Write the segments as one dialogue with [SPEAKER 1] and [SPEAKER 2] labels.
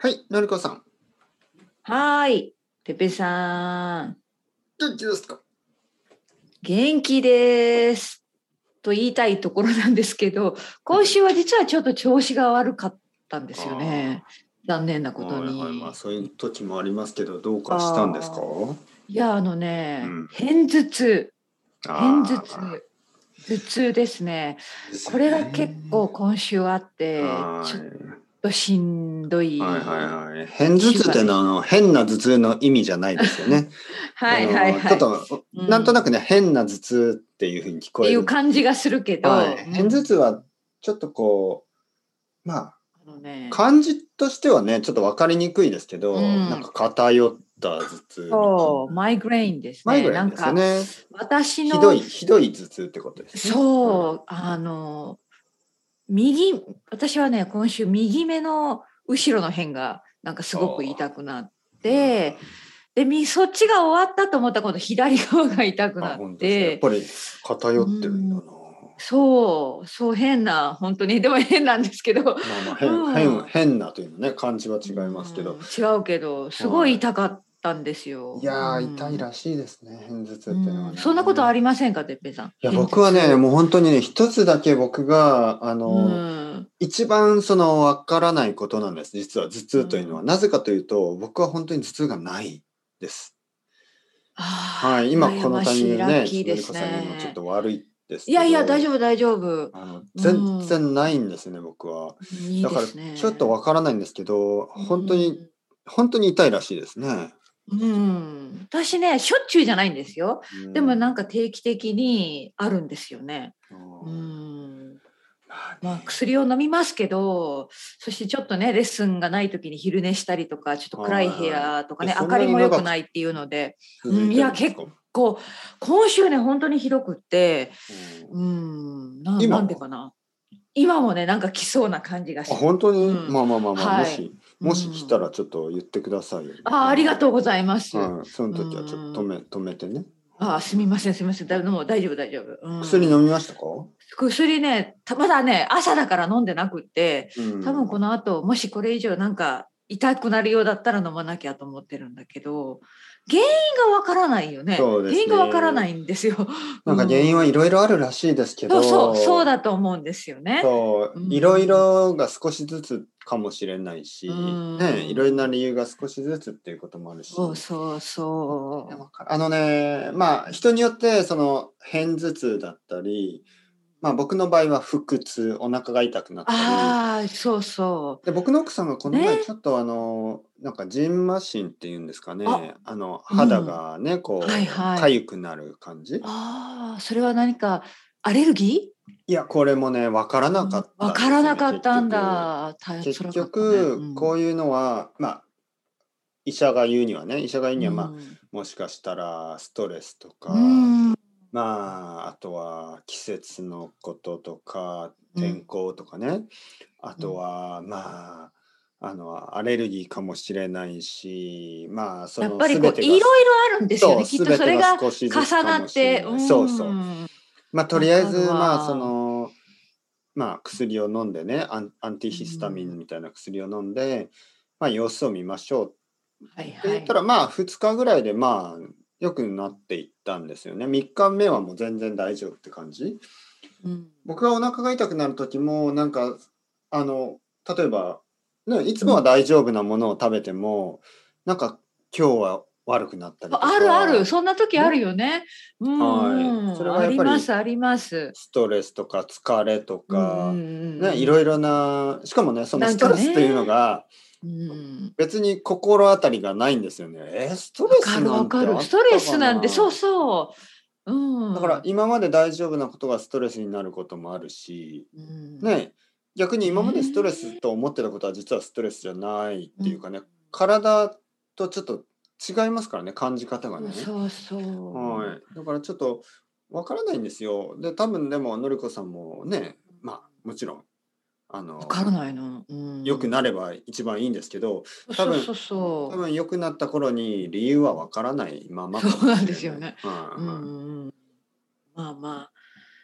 [SPEAKER 1] はい、のりこさん。
[SPEAKER 2] はーい、ペペさん、
[SPEAKER 1] 元気ですか
[SPEAKER 2] 元気です。と言いたいところなんです けど、今週は実はちょっと調子が悪かったんですよね。残念なことに。
[SPEAKER 1] はい
[SPEAKER 2] い
[SPEAKER 1] はいまあ、そういう時もありますけど、どうかしたんですか
[SPEAKER 2] や、あのね、
[SPEAKER 1] うん
[SPEAKER 2] 偏頭痛、偏頭
[SPEAKER 1] あー
[SPEAKER 2] 痛、頭痛ですね。
[SPEAKER 1] ですね
[SPEAKER 2] これが結構今週あって、
[SPEAKER 1] は
[SPEAKER 2] ちょっ
[SPEAKER 1] い
[SPEAKER 2] としんどい。
[SPEAKER 1] はいはい はい。変頭痛ってのはあの変な頭痛の意味じゃないですよね。
[SPEAKER 2] はいはいはい
[SPEAKER 1] あのちょっと、
[SPEAKER 2] うん
[SPEAKER 1] なんとなくね、変な頭痛っていうふうに聞
[SPEAKER 2] っ
[SPEAKER 1] こ
[SPEAKER 2] て
[SPEAKER 1] え
[SPEAKER 2] い
[SPEAKER 1] る。
[SPEAKER 2] う感じがするけど、
[SPEAKER 1] はい。変頭痛はちょっとこう、ま
[SPEAKER 2] あのね
[SPEAKER 1] あ、漢字としてはね、ちょっとわかりにくいですけど、
[SPEAKER 2] うん
[SPEAKER 1] なんか偏った頭痛みたいな。
[SPEAKER 2] そう、マイグレインですね。
[SPEAKER 1] マイグレイ
[SPEAKER 2] な
[SPEAKER 1] ン
[SPEAKER 2] ん
[SPEAKER 1] ですよ
[SPEAKER 2] か、
[SPEAKER 1] ね。
[SPEAKER 2] 私
[SPEAKER 1] ひ
[SPEAKER 2] の
[SPEAKER 1] どい、ひどい頭痛ってことですね。
[SPEAKER 2] そう、あの、右、私はね、今週、右目の後ろの辺が、なんかすごく痛くなって、で、みそっちが終わったと思ったら今度、左側が痛く
[SPEAKER 1] あ
[SPEAKER 2] な
[SPEAKER 1] 本
[SPEAKER 2] っ、
[SPEAKER 1] 当ですねやってぱり偏ってるんだな。
[SPEAKER 2] そう、そう、変な、本当に、でも変なんですけど、
[SPEAKER 1] まあまあ
[SPEAKER 2] うん
[SPEAKER 1] 変変変なというのね漢字は違いますけ
[SPEAKER 2] う
[SPEAKER 1] ど
[SPEAKER 2] ん。違うけど、すごい痛かったんですよ。
[SPEAKER 1] いや
[SPEAKER 2] う
[SPEAKER 1] ー
[SPEAKER 2] ん
[SPEAKER 1] 痛いらしいですね偏頭痛って
[SPEAKER 2] う
[SPEAKER 1] いうのは
[SPEAKER 2] ん
[SPEAKER 1] ね。
[SPEAKER 2] そんなことあ
[SPEAKER 1] り。
[SPEAKER 2] りませんか、てっぺいさん。い
[SPEAKER 1] いや僕はねもう本当にね一つだけ僕があ
[SPEAKER 2] う
[SPEAKER 1] の、
[SPEAKER 2] ん、
[SPEAKER 1] 一番そのわからないことなんです実は頭痛というのは、
[SPEAKER 2] うん
[SPEAKER 1] なぜかというと僕は本当に頭痛がないです。
[SPEAKER 2] は
[SPEAKER 1] はい今このタイミングね
[SPEAKER 2] ラッキー
[SPEAKER 1] の
[SPEAKER 2] で
[SPEAKER 1] りこ
[SPEAKER 2] す
[SPEAKER 1] さんにも
[SPEAKER 2] ね
[SPEAKER 1] ちょっと悪いですけ
[SPEAKER 2] い
[SPEAKER 1] ど。
[SPEAKER 2] やいや、大丈夫、大丈夫。
[SPEAKER 1] あの
[SPEAKER 2] うん
[SPEAKER 1] 全然ないんですね、僕は。
[SPEAKER 2] いい
[SPEAKER 1] だか
[SPEAKER 2] で
[SPEAKER 1] ら
[SPEAKER 2] すね。
[SPEAKER 1] ちょっとわからないんですけど、本当に、本当に痛いらしいですね。
[SPEAKER 2] うん。うん私ね、しょっちゅうじゃないんですよ。でもなんか定期的にあるんですよね。う
[SPEAKER 1] うん
[SPEAKER 2] ん。
[SPEAKER 1] まあ
[SPEAKER 2] まあ
[SPEAKER 1] ね、
[SPEAKER 2] 薬を飲みますけど、そしてちょっとね、レッスンがない時に昼寝したりとか、ちょっと暗い部屋とかね、
[SPEAKER 1] はいはい
[SPEAKER 2] 明かりも良くないっていうので、
[SPEAKER 1] 続てるんですか
[SPEAKER 2] いや結こう、今週ね、本当にひどくって、
[SPEAKER 1] う
[SPEAKER 2] うんん、な
[SPEAKER 1] 今も
[SPEAKER 2] なんでかな。今もね、なんか来そうな感じがし
[SPEAKER 1] あ本当に、
[SPEAKER 2] うん
[SPEAKER 1] まあまあまあまあ、
[SPEAKER 2] はい
[SPEAKER 1] もしもし来た
[SPEAKER 2] ら。
[SPEAKER 1] らちょっと言ってくださいよ。
[SPEAKER 2] あありがとうございます。
[SPEAKER 1] はいその時はちょっと止め止めてね。
[SPEAKER 2] ああすみませんすみませんだもう大丈夫大丈夫、うん、
[SPEAKER 1] 薬飲みましたか？
[SPEAKER 2] 薬ねたまだね朝だから飲んでなくって
[SPEAKER 1] うん
[SPEAKER 2] 多分この後もしこれ以上なんか痛くなるようだったら飲まなきゃと思ってるんだけど原因がわからないよね
[SPEAKER 1] そうですね
[SPEAKER 2] 原因がわからないんですよ
[SPEAKER 1] なんか原因
[SPEAKER 2] は、
[SPEAKER 1] はいろいろあるらしいですけ
[SPEAKER 2] うんそ
[SPEAKER 1] ど。
[SPEAKER 2] うそうそうだと思うんですよね
[SPEAKER 1] そう
[SPEAKER 2] うん
[SPEAKER 1] いろいろが少しずつかもしれないし、
[SPEAKER 2] うん
[SPEAKER 1] ね、いろいろな理由が少しずつっていうこともあるし。
[SPEAKER 2] そうそうそ
[SPEAKER 1] で
[SPEAKER 2] う
[SPEAKER 1] もあのねまあ人によってその片頭痛だったり、まあ、僕の場合は腹痛お腹が痛くなったり
[SPEAKER 2] ああそうそう
[SPEAKER 1] で僕の奥さんがこの前
[SPEAKER 2] ね
[SPEAKER 1] ちょっとあの、なんかジンマシンっていうんですかねあ
[SPEAKER 2] あ
[SPEAKER 1] の
[SPEAKER 2] うん
[SPEAKER 1] 肌がね、こう、
[SPEAKER 2] はいはい
[SPEAKER 1] 痒くなる感じ
[SPEAKER 2] ああそれは何かアレルギー
[SPEAKER 1] いやこれもね分からなかったんですよね、
[SPEAKER 2] わからなかったんだ。大
[SPEAKER 1] 結局
[SPEAKER 2] 辛
[SPEAKER 1] 結
[SPEAKER 2] かったね
[SPEAKER 1] 局こういうのは、まあ医者が言うにはね医者が言うには、まあもしかしたらストレスとか、
[SPEAKER 2] うんうん
[SPEAKER 1] まああとは季節のこととか天候とかね、あとはまああのアレルギーかもしれないしまあそ
[SPEAKER 2] や
[SPEAKER 1] の
[SPEAKER 2] っぱりこ
[SPEAKER 1] 全
[SPEAKER 2] う
[SPEAKER 1] てが
[SPEAKER 2] いろいろあるんですよね。
[SPEAKER 1] そ
[SPEAKER 2] き
[SPEAKER 1] う
[SPEAKER 2] っとそれが
[SPEAKER 1] 全てが少しずつかもし
[SPEAKER 2] 重
[SPEAKER 1] れない
[SPEAKER 2] なって、
[SPEAKER 1] そうそううんまあとりあえ
[SPEAKER 2] わか
[SPEAKER 1] ず
[SPEAKER 2] るわ
[SPEAKER 1] まあそのまあ薬を飲んでねアンアンティヒスタミンみたいな薬を飲んで、まあ様子を見ましょう
[SPEAKER 2] はい
[SPEAKER 1] って
[SPEAKER 2] は
[SPEAKER 1] 言っ
[SPEAKER 2] い
[SPEAKER 1] た。らまあ2日ぐらいでまあ良くなっていったんですよね3日目はもう全然大丈夫って感じ
[SPEAKER 2] うん
[SPEAKER 1] 僕がお腹が痛くなる時もなんかあの例えば、ね、いつもは大丈夫なものを食べても、なんか今日は悪くなったりとか
[SPEAKER 2] あるある、そんな時あるよね。うん
[SPEAKER 1] はいそれはや
[SPEAKER 2] あ
[SPEAKER 1] っぱり
[SPEAKER 2] りますあります。
[SPEAKER 1] ストレスとか疲れとか、ね、い
[SPEAKER 2] い
[SPEAKER 1] ろいろなしかもねそのストレスというのが
[SPEAKER 2] うん
[SPEAKER 1] 別に心当たりがないんですよね。えーストレ
[SPEAKER 2] わか
[SPEAKER 1] ス
[SPEAKER 2] る
[SPEAKER 1] な
[SPEAKER 2] わ
[SPEAKER 1] んて
[SPEAKER 2] か
[SPEAKER 1] あった
[SPEAKER 2] る。ストレスなんて、
[SPEAKER 1] か
[SPEAKER 2] そうそう。うん。
[SPEAKER 1] だから、今まで大丈夫なことがストレスになることもあるし、
[SPEAKER 2] うん、
[SPEAKER 1] ね、逆に今までストレスと思ってたことは実はストレスじゃないっていうかね、体とちょっと違いますからね感じ方がね。
[SPEAKER 2] そうそう。
[SPEAKER 1] はい、だからちょっとわからないんですよ。で多分でものりこさんもねまあもちろんあの
[SPEAKER 2] わからないの。うん
[SPEAKER 1] 良くなれば一番いいんですけど多
[SPEAKER 2] そ
[SPEAKER 1] 分
[SPEAKER 2] うそうそ
[SPEAKER 1] 多
[SPEAKER 2] う。
[SPEAKER 1] 分良くなった頃に理由はわからないままかもし
[SPEAKER 2] そう
[SPEAKER 1] れい
[SPEAKER 2] なんですよね。
[SPEAKER 1] はい
[SPEAKER 2] うん
[SPEAKER 1] はい
[SPEAKER 2] うんうんまあまあ。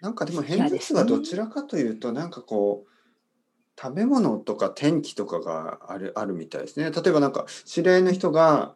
[SPEAKER 1] なんかでも
[SPEAKER 2] いや
[SPEAKER 1] 偏頭
[SPEAKER 2] で
[SPEAKER 1] 痛
[SPEAKER 2] す
[SPEAKER 1] は
[SPEAKER 2] ね
[SPEAKER 1] どちらかというとなんかこう食べ物とか天気とかがあるあるみたいですね。例えばなんか知り合いの人が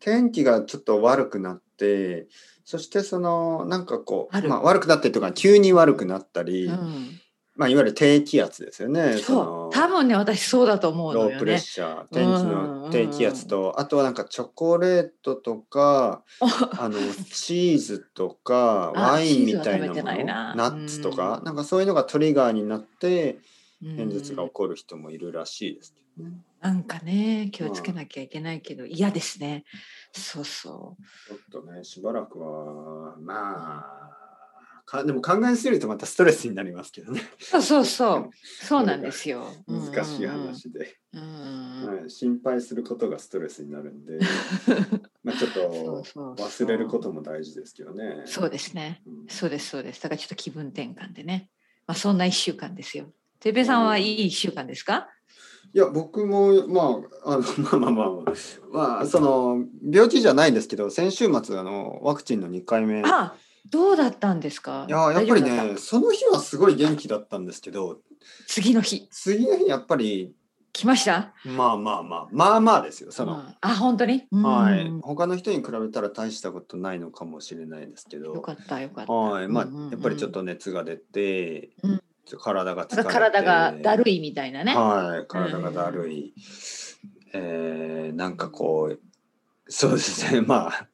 [SPEAKER 1] 天気がちょっと悪くなってそしてそのなんかこ
[SPEAKER 2] あ
[SPEAKER 1] う、
[SPEAKER 2] る
[SPEAKER 1] まあ、悪くなってとか急に悪くなったり、
[SPEAKER 2] うん、
[SPEAKER 1] まあ、いわゆる低気圧ですよね。
[SPEAKER 2] そう
[SPEAKER 1] の
[SPEAKER 2] 多分ね私そうだと思う
[SPEAKER 1] ロ
[SPEAKER 2] の
[SPEAKER 1] ー
[SPEAKER 2] よ
[SPEAKER 1] プレッ
[SPEAKER 2] ね。
[SPEAKER 1] シャー、天気
[SPEAKER 2] うんうんう
[SPEAKER 1] の
[SPEAKER 2] ん
[SPEAKER 1] 低気圧と、あとはなんかチョコレートと か、
[SPEAKER 2] あ
[SPEAKER 1] あのチーズとか、
[SPEAKER 2] あ
[SPEAKER 1] ワインみたいなも
[SPEAKER 2] チーズは食べて
[SPEAKER 1] の、
[SPEAKER 2] ない
[SPEAKER 1] ナ
[SPEAKER 2] な
[SPEAKER 1] ッツとか
[SPEAKER 2] う、ん
[SPEAKER 1] なんかそういうのがトリガーになって、偏頭痛が
[SPEAKER 2] うん
[SPEAKER 1] 起こる人もいるらしいですけどね。
[SPEAKER 2] なんかね気をつけなきゃいけないけど嫌ですね。そうそう。
[SPEAKER 1] ちょっとね、しばらくは、まあ、かでも考えすぎるとまたストレスになりますけどね。
[SPEAKER 2] そうそう そう。そうなんですよ。
[SPEAKER 1] 難しい話で、
[SPEAKER 2] うんうんうん。
[SPEAKER 1] はい、心配することがストレスになるん で、まあちょっ
[SPEAKER 2] そう
[SPEAKER 1] と
[SPEAKER 2] そうそう
[SPEAKER 1] 忘れることも大事ですけどね。
[SPEAKER 2] そうですね。
[SPEAKER 1] うん
[SPEAKER 2] そうですそうです。だからちょっと気分転換でね。まあそんな一週間ですよ。てっぺいさんはいい一週間ですか？
[SPEAKER 1] いや僕もまああの まあまあまあまあ、まあ、その病気じゃないですけど先週末あのワクチンの2回目いや
[SPEAKER 2] あどうだったんですか？
[SPEAKER 1] やっぱり
[SPEAKER 2] 大丈夫だ
[SPEAKER 1] ね
[SPEAKER 2] た
[SPEAKER 1] その日はすごい元気だったんですけど
[SPEAKER 2] 次の日
[SPEAKER 1] 次の日やっぱり
[SPEAKER 2] 来ました？
[SPEAKER 1] まあまあまあまあまあですよその、
[SPEAKER 2] うんあ本当に？うん
[SPEAKER 1] はい他の人に比べたら大したことないのかもしれないですけ
[SPEAKER 2] よ
[SPEAKER 1] ど
[SPEAKER 2] かったよかった。
[SPEAKER 1] はいまあ
[SPEAKER 2] うんうんうん
[SPEAKER 1] やっぱりちょっと熱が出て、
[SPEAKER 2] うん
[SPEAKER 1] ちょっと体が疲れて
[SPEAKER 2] 体がだるいみたいなね。
[SPEAKER 1] はい、体がだるい。えーなんかこう、そうですね、まあ、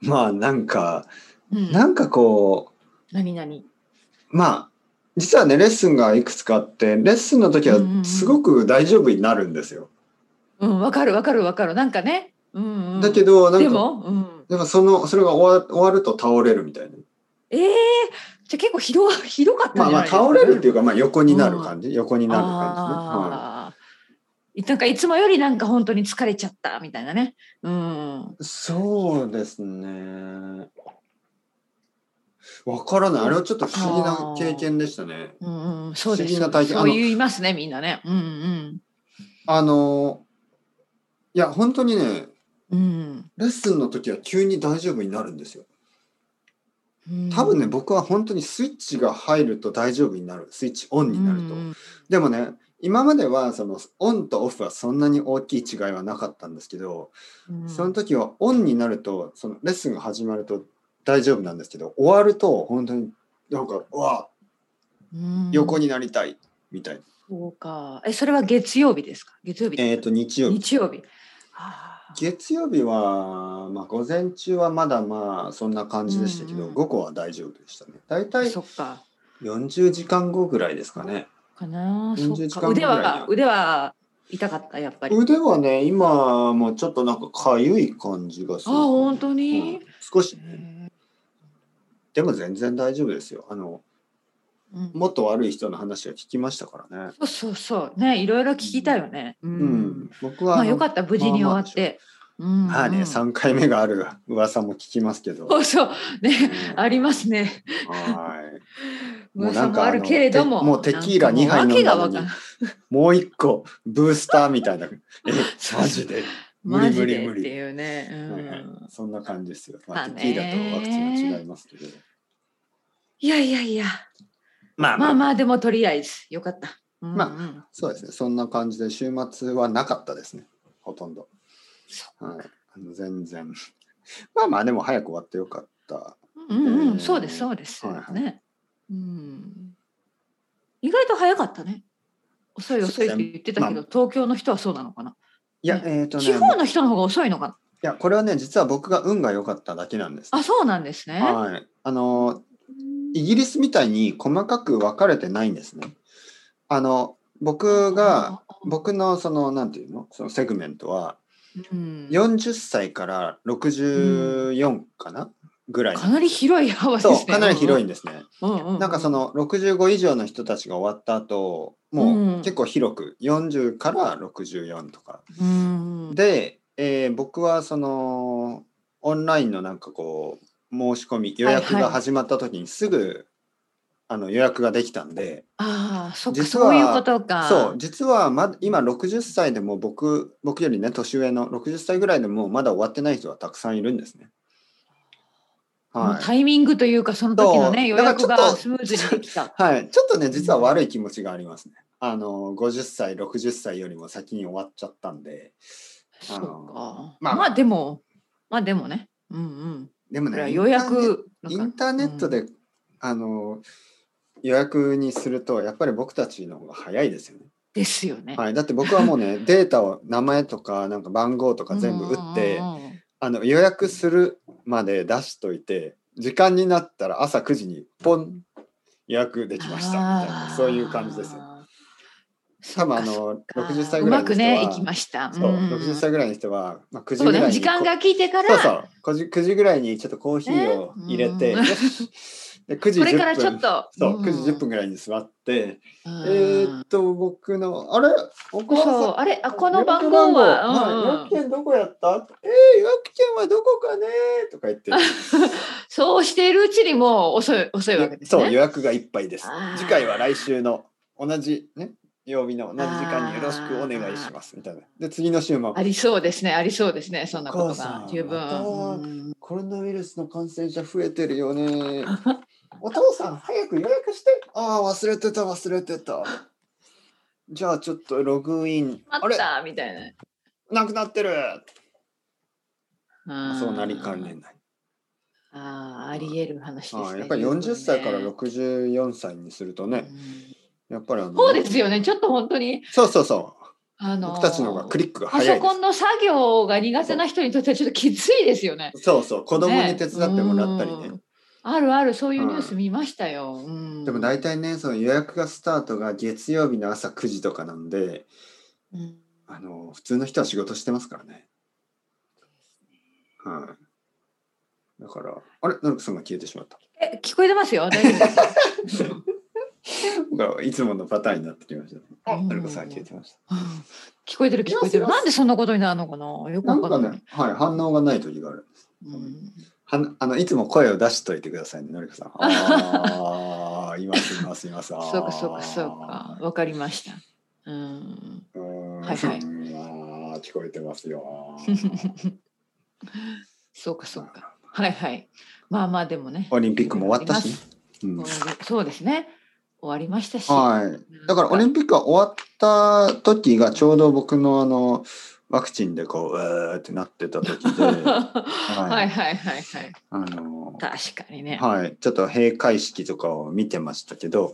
[SPEAKER 1] まあなんか、
[SPEAKER 2] うん
[SPEAKER 1] なんかこ
[SPEAKER 2] 何何
[SPEAKER 1] う、まあ、実はね、レッスンがいくつかあって、レッスンの時は
[SPEAKER 2] うんうんうん
[SPEAKER 1] すごく大丈夫になるんですよ。
[SPEAKER 2] うんわかるわかるわかるなんかね。うんうん、
[SPEAKER 1] だけど、なん
[SPEAKER 2] で
[SPEAKER 1] か、
[SPEAKER 2] も、うん、
[SPEAKER 1] でもその、それが終わ終わると倒れるみたいな。
[SPEAKER 2] ええじゃあ結構ひどひどかった
[SPEAKER 1] ま
[SPEAKER 2] ん
[SPEAKER 1] あ
[SPEAKER 2] じゃ
[SPEAKER 1] ま
[SPEAKER 2] な
[SPEAKER 1] あ、
[SPEAKER 2] い ですか
[SPEAKER 1] 倒れるっていうか、まあ横になる感じ、横になる感じね。はい
[SPEAKER 2] あーなんかいつもよりなんか本当に疲れちゃったみたいなね。うん。
[SPEAKER 1] そうですね。わからない。あれはちょっと不思議な経験でしたね。
[SPEAKER 2] うんうん、そうです。
[SPEAKER 1] 不思議な体験
[SPEAKER 2] そう
[SPEAKER 1] あの
[SPEAKER 2] 言いますね、みんなね。うん
[SPEAKER 1] あの、いや、本当にね、
[SPEAKER 2] うん。うん
[SPEAKER 1] レッスンの時は急に大丈夫になるんですよ。
[SPEAKER 2] うん。
[SPEAKER 1] 多分ね、僕は本当にスイッチが入ると大丈夫になる。スイッチオンになると。
[SPEAKER 2] うんうん
[SPEAKER 1] でもね、今まではそのオンとオフはそんなに大きい違いはなかったんですけど、
[SPEAKER 2] うん
[SPEAKER 1] その時はオンになるとそのレッスンが始まると大丈夫なんですけど終わると本当になんかうわ
[SPEAKER 2] うん
[SPEAKER 1] 横になりたいみたいな、
[SPEAKER 2] そうか。え、それは月曜日ですか月曜日。
[SPEAKER 1] えっ、と日曜日
[SPEAKER 2] 日曜日。あー
[SPEAKER 1] 月曜日は、まあ、午前中はまだまあそんな感じでしたけど、
[SPEAKER 2] うんうん
[SPEAKER 1] 午後は大丈夫でしたね大体
[SPEAKER 2] そっか。
[SPEAKER 1] 40時間後ぐらいですかね
[SPEAKER 2] かな。
[SPEAKER 1] 40
[SPEAKER 2] そっ
[SPEAKER 1] 時
[SPEAKER 2] か。
[SPEAKER 1] 間ぐ
[SPEAKER 2] 腕
[SPEAKER 1] らい
[SPEAKER 2] は、腕は痛かった、やっぱり。あ
[SPEAKER 1] 腕はね今もちょっとなんかかゆい感じがする
[SPEAKER 2] 本当
[SPEAKER 1] うん
[SPEAKER 2] に。
[SPEAKER 1] 少しねでも全然大丈夫ですよあの
[SPEAKER 2] うん
[SPEAKER 1] もっと悪い人の話を聞きましたからね
[SPEAKER 2] そうそうそう。ね、いろいろ聞きたよね。う
[SPEAKER 1] うん、
[SPEAKER 2] ん。
[SPEAKER 1] 僕は
[SPEAKER 2] ま
[SPEAKER 1] あ
[SPEAKER 2] あ
[SPEAKER 1] の
[SPEAKER 2] よかった、無事に終わって。うんうん
[SPEAKER 1] まあね、
[SPEAKER 2] そ
[SPEAKER 1] 3回目がある噂も聞きますけど。
[SPEAKER 2] うそう。
[SPEAKER 1] う
[SPEAKER 2] ね、
[SPEAKER 1] ん
[SPEAKER 2] ありますね。
[SPEAKER 1] はい。もうな
[SPEAKER 2] 噂
[SPEAKER 1] ん
[SPEAKER 2] も
[SPEAKER 1] か
[SPEAKER 2] あ
[SPEAKER 1] あの
[SPEAKER 2] るけれども。
[SPEAKER 1] てもうテキーラ
[SPEAKER 2] なんかもう
[SPEAKER 1] 二杯飲んだの
[SPEAKER 2] わ
[SPEAKER 1] に
[SPEAKER 2] けがわかんない
[SPEAKER 1] もう一個ブースターみ たいな。え、マジで。無理
[SPEAKER 2] マ
[SPEAKER 1] 無
[SPEAKER 2] ジ
[SPEAKER 1] 理
[SPEAKER 2] で
[SPEAKER 1] 無
[SPEAKER 2] って
[SPEAKER 1] 理。
[SPEAKER 2] いうね。うん
[SPEAKER 1] はいはいそんな感じですよ。まあ、
[SPEAKER 2] まあね
[SPEAKER 1] テキーラとワクチンは違いますけど。
[SPEAKER 2] いやいやいや。
[SPEAKER 1] まあ
[SPEAKER 2] まあ
[SPEAKER 1] あ。
[SPEAKER 2] まあ、でもとりあえず、よかった。うん
[SPEAKER 1] まあ
[SPEAKER 2] うん
[SPEAKER 1] そうですね。そんな感じで週末はなかったですね。ほとんど。はい。あの全然。 まあまあ、でも早く終わってよかった。
[SPEAKER 2] うんうんう
[SPEAKER 1] えー
[SPEAKER 2] ん、そうです、そうです。
[SPEAKER 1] はいはい
[SPEAKER 2] ね。うん。意外と早かったね。遅い遅いって言ってたけど、東京の人はそうなのかな。
[SPEAKER 1] いや、
[SPEAKER 2] ね
[SPEAKER 1] えっ、とね。
[SPEAKER 2] 地方の人の方が遅いのかな。
[SPEAKER 1] いや、これはね、実は僕が運が良かっただけなんです。
[SPEAKER 2] あ、そうなんですね。
[SPEAKER 1] はい、あのイギリスみたいに細かく分かれてないんですね。あの僕が僕のそのなんていうのそのセグメントは
[SPEAKER 2] うん、
[SPEAKER 1] 40歳から64かな、ぐらい
[SPEAKER 2] かなり広い幅ですね。
[SPEAKER 1] そうかなり広いんですね。
[SPEAKER 2] うんうん。うんうん
[SPEAKER 1] なんかそ、の65以上の人たちが終わった後
[SPEAKER 2] う
[SPEAKER 1] もうん結構広く40から64とか
[SPEAKER 2] うんうん、
[SPEAKER 1] で、えー僕はそのオンラインのなんかこう申し込み予約
[SPEAKER 2] はい
[SPEAKER 1] が
[SPEAKER 2] はい
[SPEAKER 1] 始まった時にすぐ、あの予約ができたんで
[SPEAKER 2] ああ、そっか、
[SPEAKER 1] 実は
[SPEAKER 2] そういうことか。
[SPEAKER 1] そう実はまだ今60歳でも僕僕よりね年上の60歳ぐらいでもまだ終わってない人はたくさんいるんですね。
[SPEAKER 2] もう
[SPEAKER 1] は
[SPEAKER 2] タイミングというか、その時の
[SPEAKER 1] そう
[SPEAKER 2] ね、予
[SPEAKER 1] だからち
[SPEAKER 2] 約
[SPEAKER 1] ょっと
[SPEAKER 2] がスムーズにできた。
[SPEAKER 1] い、はい、ちょっとね実は悪い気持ちがありますね。あの50歳60歳よりも先に終わっちゃったんで
[SPEAKER 2] そうか。
[SPEAKER 1] ま
[SPEAKER 2] ま
[SPEAKER 1] あ
[SPEAKER 2] あ、でも、まあでもね。うんうん。
[SPEAKER 1] でも
[SPEAKER 2] これは
[SPEAKER 1] ね
[SPEAKER 2] ようやく
[SPEAKER 1] インターネットで、、あの予約にするとやっぱり僕たちの方が早いですよね。
[SPEAKER 2] ですよね。
[SPEAKER 1] はい、だって僕はもうねデータを名前とかなんか番号とか全部打って
[SPEAKER 2] うんうんうんうん
[SPEAKER 1] あの予約するまで出しといて時間になったら朝9時にポン予約できましたみたい
[SPEAKER 2] あ
[SPEAKER 1] な
[SPEAKER 2] ー
[SPEAKER 1] そういう感じですよ。
[SPEAKER 2] そ
[SPEAKER 1] 多
[SPEAKER 2] っ
[SPEAKER 1] 分
[SPEAKER 2] か
[SPEAKER 1] あの
[SPEAKER 2] そっか
[SPEAKER 1] 60歳ぐらいの人は
[SPEAKER 2] うまくね、行きました。
[SPEAKER 1] そう、
[SPEAKER 2] んん
[SPEAKER 1] 60歳ぐらいの人は、まあ、9時
[SPEAKER 2] そう
[SPEAKER 1] ぐら
[SPEAKER 2] ね、
[SPEAKER 1] いに
[SPEAKER 2] 時間が効いてから、
[SPEAKER 1] そうそう9時 ,9 時ぐらいにちょっとコーヒーを入れて、
[SPEAKER 2] ねう
[SPEAKER 1] よ
[SPEAKER 2] ん
[SPEAKER 1] しで9時
[SPEAKER 2] これから
[SPEAKER 1] 10
[SPEAKER 2] ちょっ
[SPEAKER 1] 分
[SPEAKER 2] と。
[SPEAKER 1] そう9時10分ぐらいに座って、えーっと僕のあれお母さん
[SPEAKER 2] そう、あれ、あ、この番号は、
[SPEAKER 1] い、
[SPEAKER 2] うん
[SPEAKER 1] 予約券どこやったえー、予約券はどこかねとか言っ て、
[SPEAKER 2] そうしているうちにもう遅い、遅いわけです
[SPEAKER 1] そう
[SPEAKER 2] ね。
[SPEAKER 1] 予約がいっぱいです
[SPEAKER 2] あー
[SPEAKER 1] 次回は来週の同じね曜日の同じ時間によろしくお願いしますみたいなで次の週も
[SPEAKER 2] ありそうですね、ありそうですね、そんなこと
[SPEAKER 1] お母さ
[SPEAKER 2] が
[SPEAKER 1] ん
[SPEAKER 2] 十
[SPEAKER 1] また
[SPEAKER 2] 分。
[SPEAKER 1] コロナウイルスの感染者増えてるよ ねお父さん早く予約してああ忘れてた忘れてたじゃあちょっとログイン
[SPEAKER 2] あ
[SPEAKER 1] あ
[SPEAKER 2] っ
[SPEAKER 1] れ
[SPEAKER 2] たみたい
[SPEAKER 1] なくなってる
[SPEAKER 2] な。ん
[SPEAKER 1] そうなりかねない
[SPEAKER 2] ああ、あり得る話です
[SPEAKER 1] あ
[SPEAKER 2] ね。
[SPEAKER 1] やっぱり40歳から
[SPEAKER 2] 十分
[SPEAKER 1] 64歳にすると
[SPEAKER 2] ね
[SPEAKER 1] ね、やっぱりあの
[SPEAKER 2] そうですよね、ちょっと本当に、
[SPEAKER 1] そうそうそう
[SPEAKER 2] あのー
[SPEAKER 1] 僕たちの方がクリックが
[SPEAKER 2] パ
[SPEAKER 1] 早
[SPEAKER 2] ソ
[SPEAKER 1] いで
[SPEAKER 2] コンの作業が苦手な人にとってはちょっときついですよね。
[SPEAKER 1] すそうそう子供に手伝ってもらったりね
[SPEAKER 2] うんあるある、そういうニュース見ましたよ。うん
[SPEAKER 1] でも大、体ねその予約がスタートが月曜日の朝9時とかなんで
[SPEAKER 2] うん
[SPEAKER 1] あの普通の人は仕事してますからねはいだからあれのるくさんが消えてしまった
[SPEAKER 2] え、聞こえてますよ、大丈夫です。
[SPEAKER 1] 僕はいつものパターンになってきましたねあ
[SPEAKER 2] うん
[SPEAKER 1] のるくさんが消えてました
[SPEAKER 2] うん聞こえてる聞こえてる。
[SPEAKER 1] いますいます
[SPEAKER 2] なんでそんなことになるのかなよく
[SPEAKER 1] な
[SPEAKER 2] わ
[SPEAKER 1] ん
[SPEAKER 2] か
[SPEAKER 1] か
[SPEAKER 2] んない
[SPEAKER 1] ね。はい反応がない時がある
[SPEAKER 2] うん
[SPEAKER 1] はんあのいつも声を出しといてくださいねのりこ さんああいますいますいますあー
[SPEAKER 2] そうかそうかそうか。わかりました。うん。
[SPEAKER 1] うーん
[SPEAKER 2] はいはい
[SPEAKER 1] あー聞こえてます よ
[SPEAKER 2] そうかそうか。はいはい。まあまあでもね。
[SPEAKER 1] オリンピックも終わったしね、うん
[SPEAKER 2] うんそうですね。終わりましたし。
[SPEAKER 1] はいだからオリ
[SPEAKER 2] ン
[SPEAKER 1] ンピックが終わった時がちょうど僕のあのワクチンでこううーってなってた時 で
[SPEAKER 2] はいはいはいはい。
[SPEAKER 1] あの
[SPEAKER 2] 確かにね。
[SPEAKER 1] はいちょっと閉会式とかを見てましたけど、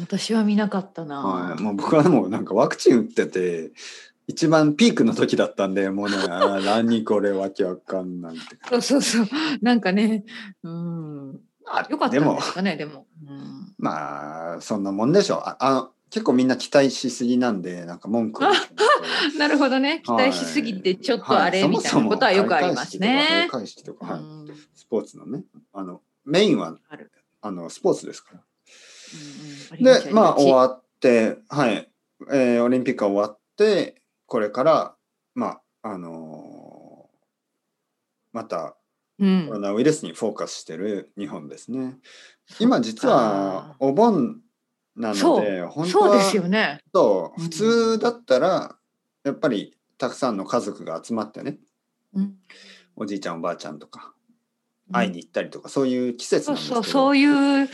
[SPEAKER 2] 私は見なかったな
[SPEAKER 1] はい、。もう僕はもうなんかワクチン打ってて一番ピークの時だったんでもうねあー何これわけわかんないって
[SPEAKER 2] そうそうそう。なんかね。うん。まあよかったんですかね、でも。うん
[SPEAKER 1] まあそんなもんでしょうああの結構みんな期待しすぎなんでなんか文句を言ってますけど
[SPEAKER 2] なるほどね。期
[SPEAKER 1] はい
[SPEAKER 2] 待しすぎてちょっとあれみたいなことはよくありますね。
[SPEAKER 1] 開会式とか閉会式とか、はい
[SPEAKER 2] うん
[SPEAKER 1] スポーツのね、あのメインは
[SPEAKER 2] ある
[SPEAKER 1] あのスポーツですか
[SPEAKER 2] うんうん
[SPEAKER 1] ら。で、まあ終
[SPEAKER 2] っ
[SPEAKER 1] わって、はい、えーオリンピックが終わって、これから、まあ、あのーまたコロナウイルスにフォーカスしてる日本ですね。今実はお盆なので、本当
[SPEAKER 2] そう
[SPEAKER 1] は
[SPEAKER 2] ですよね。
[SPEAKER 1] そう
[SPEAKER 2] うん
[SPEAKER 1] 普通だったら、やっぱりたくさんの家族が集まってね、
[SPEAKER 2] うん
[SPEAKER 1] おじいちゃんおばあちゃんとか会いに行ったりとか、そういう季節
[SPEAKER 2] そ
[SPEAKER 1] なん
[SPEAKER 2] う
[SPEAKER 1] ですけ
[SPEAKER 2] そ
[SPEAKER 1] ど
[SPEAKER 2] うそういう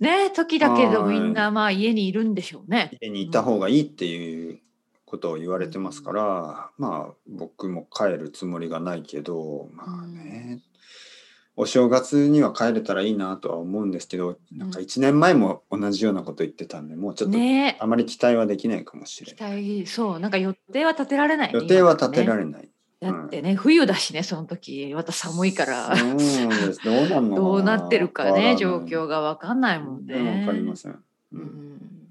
[SPEAKER 2] ね時だけど
[SPEAKER 1] はい
[SPEAKER 2] みんなまあ家にいるんでしょうね。
[SPEAKER 1] 家にいた方がいいっていうことを言われてますから、まあ僕も帰るつもりがないけどまあね、お正月には帰れたらいいなとは思うんですけどなんか1年前も同じようなこと言ってたんでもうちょっと
[SPEAKER 2] ね
[SPEAKER 1] あまり期待はできないかもしれ
[SPEAKER 2] 期
[SPEAKER 1] ない。
[SPEAKER 2] 待そうなんか予定は立てられないね、
[SPEAKER 1] 予定は立てら
[SPEAKER 2] れ
[SPEAKER 1] れない。
[SPEAKER 2] だってね冬だしねその時また寒いから
[SPEAKER 1] そうです。どうなんのかな
[SPEAKER 2] どうなってるかね状
[SPEAKER 1] わ
[SPEAKER 2] 況がわかんない
[SPEAKER 1] ら
[SPEAKER 2] もん
[SPEAKER 1] ない
[SPEAKER 2] ね。
[SPEAKER 1] わかりません。う
[SPEAKER 2] うんん